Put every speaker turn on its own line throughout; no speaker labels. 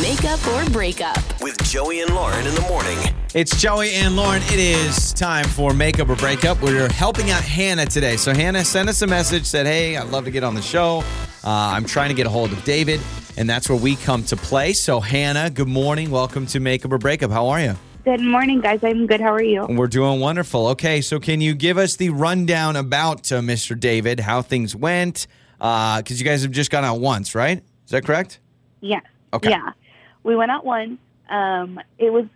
Makeup or breakup.
with Joey and Lauren in the morning.
It's Joey and Lauren. It is time for Makeup or Breakup. We're helping out Hannah today. So, Hannah sent us a message, said, Hey, I'd love to get on the show. Uh, I'm trying to get a hold of David, and that's where we come to play. So, Hannah, good morning. Welcome to Makeup or Breakup. How are you?
Good morning, guys. I'm good. How are you?
We're doing wonderful. Okay, so can you give us the rundown about uh, Mr. David, how things went? Because you guys have just gone out once, right? Is that correct?
Yes.
Okay.
Yeah. We went out once. Um, it was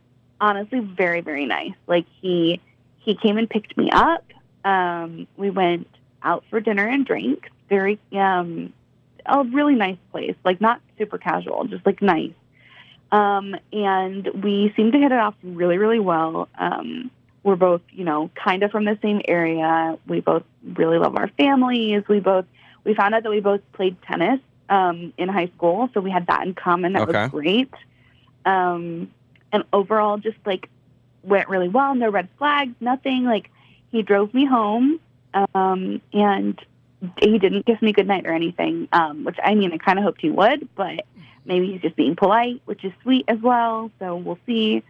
honestly very, very nice. Like he he came and picked me up. Um, we went out for dinner and drinks. Very um, a really nice place. Like not super casual, just like nice. Um, and we seemed to hit it off really, really well. Um, we're both, you know, kind of from the same area. We both really love our families. We both we found out that we both played tennis um, in high school, so we had that in common. That
Okay.
was great. Um, and overall, just like went really well. No red flags, nothing. Like he drove me home, um, and he didn't kiss me goodnight or anything. Um, which I mean, I kind of hoped he would, but maybe he's just being polite, which is sweet as well. So we'll see.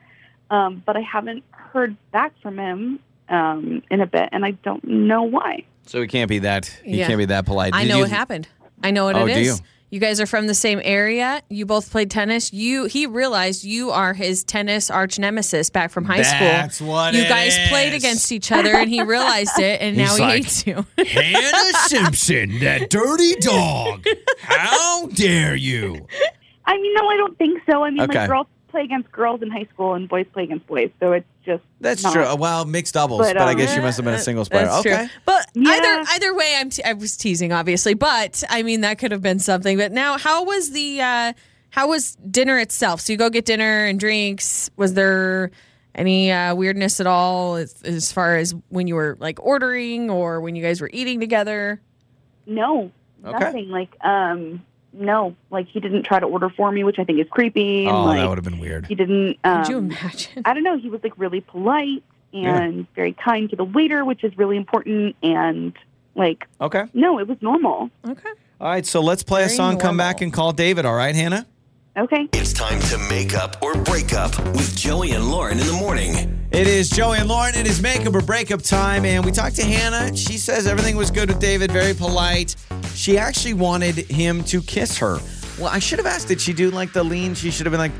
Um, but I haven't heard back from him um, in a bit, and I don't know why.
So, he can't be that, he
Yeah.
can't be that polite.
I
Did
know
you-
what happened. I know what
Oh,
it
do
is.
you?
guys are from the same area. You both played tennis. You he realized you are his tennis arch nemesis back from high school.
That's what
you
it
guys played
is.
against each other, and he realized it, and now
He's
he
like,
hates you.
Hannah Simpson, that dirty dog. How dare you?
I mean, no, I don't think so. I mean,
Okay.
like girls play against girls in high school, and boys play against boys. So it's just
That's
not-
true. Uh, Well, mixed doubles, but,
But,
I
um,
guess you must have been a singles player.
Uh, That's true.
okay.
But
Yeah.
either either way, I'm te- I was teasing, obviously. But I mean, that could have been something. But now, how was the uh, how was dinner itself? So you go get dinner and drinks. Was there any uh, weirdness at all as, as far as when you were like ordering or when you guys were eating together?
No,
Okay.
nothing. Like, um, no, like he didn't try to order for me, which I think is creepy. and,
Oh,
like,
that would have been weird.
He didn't. Um,
Could you imagine?
I don't know. He was like really polite
Yeah.
and very kind to the waiter, which is really important. And like,
Okay.
no, it was normal.
Okay.
All right. So let's play a
Very
song, come
normal.
back and call David. All right, Hannah?
Okay.
It's time to make up or break up with Joey and Lauren in the morning.
It is Joey and Lauren. It is makeup or breakup time. And we talked to Hannah. She says everything was good with David, very polite. She actually wanted him to kiss her. Well, I should have asked, did she do like the lean? She should have been like,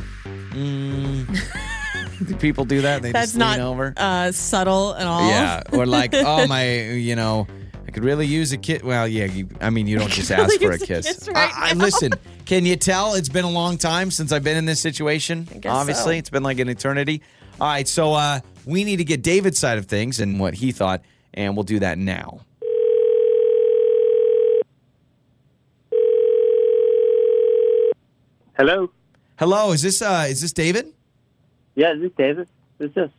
mm. do people do that? They
That's
just
not
lean over.
uh, subtle at all.
Yeah, or like, oh my, you know, I could really use a kiss. Well, yeah, you, I mean, you don't just ask
really
for a
use a
kiss.
kiss right
I, I- listen, can you tell? It's been a long time since I've been in this situation.
guess
Obviously,
so.
it's been like an eternity. All right, so uh, we need to get David's side of things and what he thought, and we'll do that now.
Hello.
Hello, is this uh, is this David?
Yeah, this is David. This is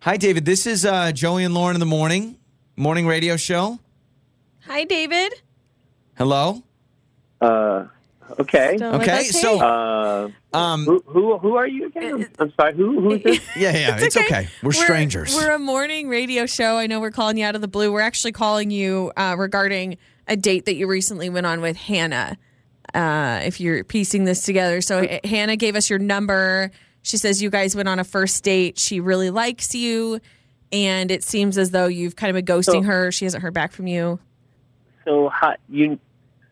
Hi, David. This is uh, Joey and Lauren in the morning morning radio show.
Hi, David.
Hello.
uh okay.
Still with
Okay,
us? Hey.
so
Uh
um,
who who who are you again? I'm sorry. Who who's this?
yeah, yeah, it's, okay. We're, strangers.
We're a morning radio show. I know we're calling you out of the blue. We're actually calling you uh, regarding a date that you recently went on with Hannah. Uh, if you're piecing this together, so uh, Hannah gave us your number. She says you guys went on a first date. She really likes you, and it seems as though you've kind of been ghosting
So-
her. She hasn't heard back from you.
So how you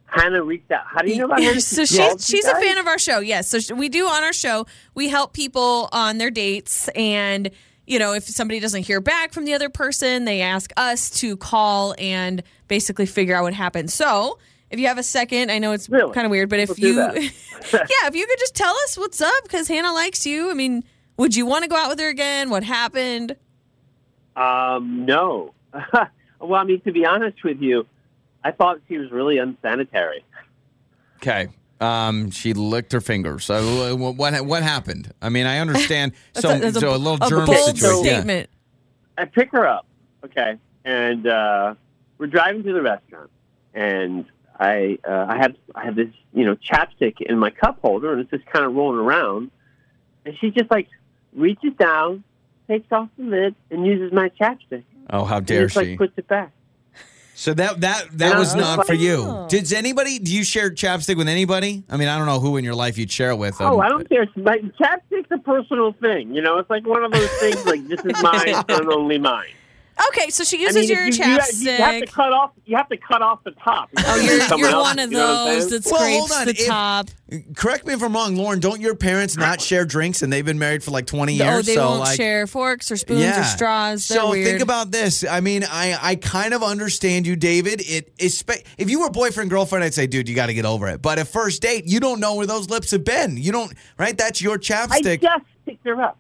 Hannah reached out. How do you know about Hannah?
so
She called
she's she's
you
a
guys?
fan of our show. Yes, so sh- we do on our show. We help people on their dates, and you know if somebody doesn't hear back from the other person, they ask us to call and basically figure out what happened. So if you have a second, I know it's
Really?
kind of weird, but if
People do
you,
that.
yeah, if you could just tell us what's up because Hannah likes you. I mean, would you want to go out with her again? What happened?
Um no. well, I mean to be honest with you, I thought she was really unsanitary.
Okay. Um, she licked her finger. So uh, wh- what what happened? I mean, I understand. so
that's
so a, little germ
bold
situation. Yeah.
statement.
I pick her up, okay, and uh, we're driving to the restaurant, and I uh, I have I have this you know chapstick in my cup holder, and it's just kind of rolling around, and she just like reaches down, takes off the lid, and uses my chapstick,
Oh, how
and
dare
just
she?
like puts it back.
So that that
And
that
I
was
was
not
like-
for you.
Oh.
Did anybody? Do you share chapstick with anybody? I mean, I don't know who in your life you'd share it with.
Oh,
um,
I don't care. It's like, chapstick's a personal thing. You know, it's like one of those things. Like this is mine and only mine.
Okay, so she
I
uses
mean, if
your
you, you have-
chapstick.
You, have to cut off. You have to cut off the top.
Oh, you're,
Someone
you're
else,
one of
you know what I'm
those
saying?
that
Well,
scrapes
hold on,
the
if-
top.
Correct me if I'm wrong, Lauren. Don't your parents not share drinks and they've been married for like 20 years?
oh, they
so
won't
like,
share forks or spoons or straws. They're
so
weird.
think about this. I mean, I I kind of understand you, David. It is spe- if you were boyfriend girlfriend, I'd say, dude, you got to get over it. But at first date, you don't know where those lips have been. You don't right. That's your
I
chapstick.
just picked her up.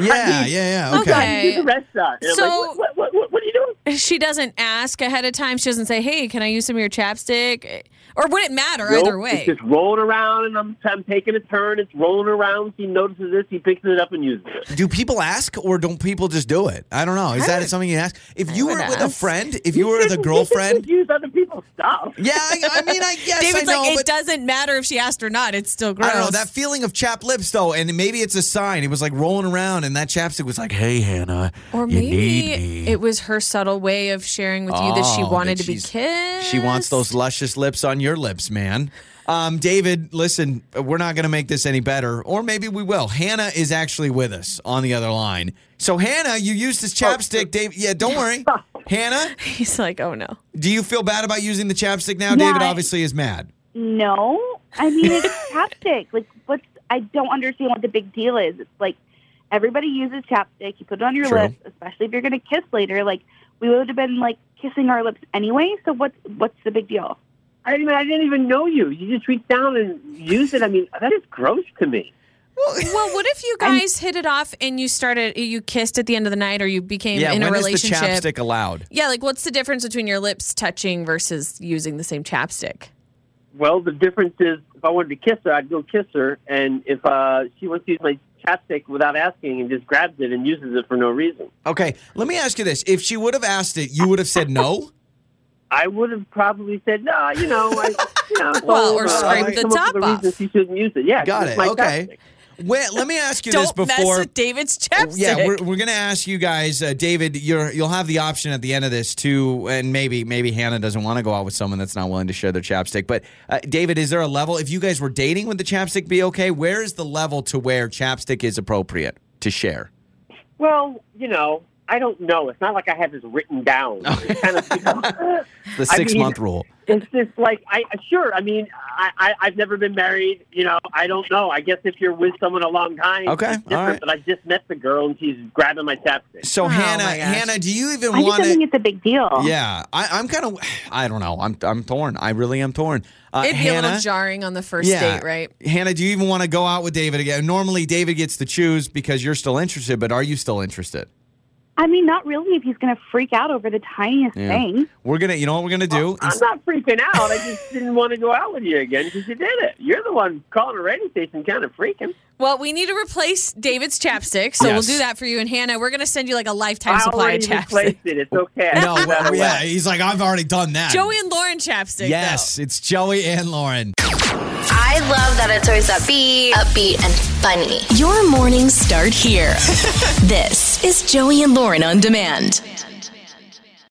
yeah,
I mean-
yeah, yeah. Okay.
Okay.
I did the rest shot. And
So-
I'm like, what, what, what, what are you doing?
she doesn't ask ahead of time. She doesn't say, "Hey, can I use some of your chapstick?" Or would it matter either
Nope,
way?
It's just rolling around, and I'm, I'm taking a turn. It's rolling around. He notices this. He picks it up and uses it.
Do people ask or don't people just do it? I don't know. Is
I
that
would-
something you ask? If you were
would
with a
ask.
friend, if you were with a girlfriend,
use other people's stuff.
yeah. I, I mean, I guess
David's
I know,
like,
but
"It doesn't matter if she asked or not. It's still gross."
I don't know that feeling of chap lips though, and maybe it's a sign. It was like rolling around, and that chapstick was like, "Hey, Hannah,
or
you need
maybe
me."
it was her subtle way of sharing with you that she
Oh,
wanted
that
to be
she's-
kissed.
She wants those luscious lips on your lips, man. Um, David, listen, we're not going to make this any better, or maybe we will. Hannah is actually with us on the other line. So, Hannah, you used this chapstick, Dave. Yeah, don't worry. Hannah,
He's like, "Oh no."
do you feel bad about using the chapstick now?
Yeah,
David
I-
obviously is mad.
No, I mean it's chapstick. Like, what's? I don't understand what the big deal is. It's like everybody uses chapstick. You put it on your
True.
lips, especially if you're gonna kiss later. Like, we would have been like kissing our lips anyway. So what's what's the big deal?
I didn't, even, I didn't even know you. You just reached down and used it. I mean, that is gross to me.
Well, what if you guys hit it off and you started, you kissed at the end of the night, or you became
yeah,
in a
when is the
relationship?
chapstick allowed?
Yeah, like what's the difference between your lips touching versus using the same chapstick?
Well, the difference is if I wanted to kiss her, I'd go kiss her. And if uh, she wants to use my chapstick without asking and just grabs it and uses it for no reason,
Okay, let me ask you this: If she would have asked it, you would have said no.
I would have probably said, no, you know, I, you know.
Well, or
uh,
scrape
I
the
come up
top
with a
off.
reason She shouldn't use it. Yeah,
Got
it's
it.
my
Okay.
chapstick.
Wait, let me ask you this
Don't
before.
mess with David's chapstick.
Yeah, we're, we're gonna ask you guys, uh, David. You're you'll have the option at the end of this too, and maybe maybe Hannah doesn't want to go out with someone that's not willing to share their chapstick. But uh, David, is there a level if you guys were dating would the chapstick be okay? Where is the level to where chapstick is appropriate to share?
Well, you know, I don't know. It's not like I have this written down.
Oh.
It's kind of, you know,
The
I mean-
six month rule.
it's just like I sure. I mean, I, I I've never been married. You know, I don't know. I guess if you're with someone a long time,
Okay,
it's different.
all right.
But I just met the girl and she's grabbing my chapstick.
So
Oh,
Hannah,
my gosh.
Hannah, do you even
I just
want
don't think it's a big deal.
Yeah, I, I'm kind of. I don't know. I'm I'm torn. I really am torn. Uh,
It'd be a
Hannah?
little jarring on the first
Yeah.
date, right?
Hannah, do you even want to go out with David again? Normally, David gets to choose because you're still interested, but are you still interested?
I mean, not really. If he's gonna freak out over the tiniest
Yeah.
thing,
We're gonna, you know what we're gonna do?
I'm not freaking out. I just didn't want to go out with you again because you did it. You're the one calling a radio station, kind of freaking.
Well, we need to replace David's chapstick, so
Yes.
we'll do that for you. And Hannah, we're going to send you like a lifetime
I
supply of
already
chapstick.
replaced it. It's okay. I
no,
put that
well,
away.
yeah, he's like, I've already done that.
Joey and Lauren chapstick.
yes, it's Joey and Lauren.
I love that it's always upbeat, upbeat, and funny.
Your mornings start here. this is Joey and Lauren on demand.